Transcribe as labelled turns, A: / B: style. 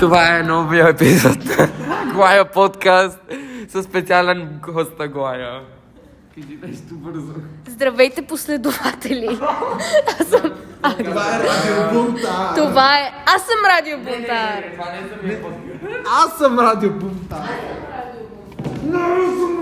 A: Това е новия епизод на Глая подкаст със специален гост на Глая. Кажи нещо бързо.
B: Здравейте, последователи! Аз съм...
C: Това е радиобунта!
B: Това е... Аз съм радиобунтар!
A: Това не е за
C: Аз съм радиобунта! Не, аз съм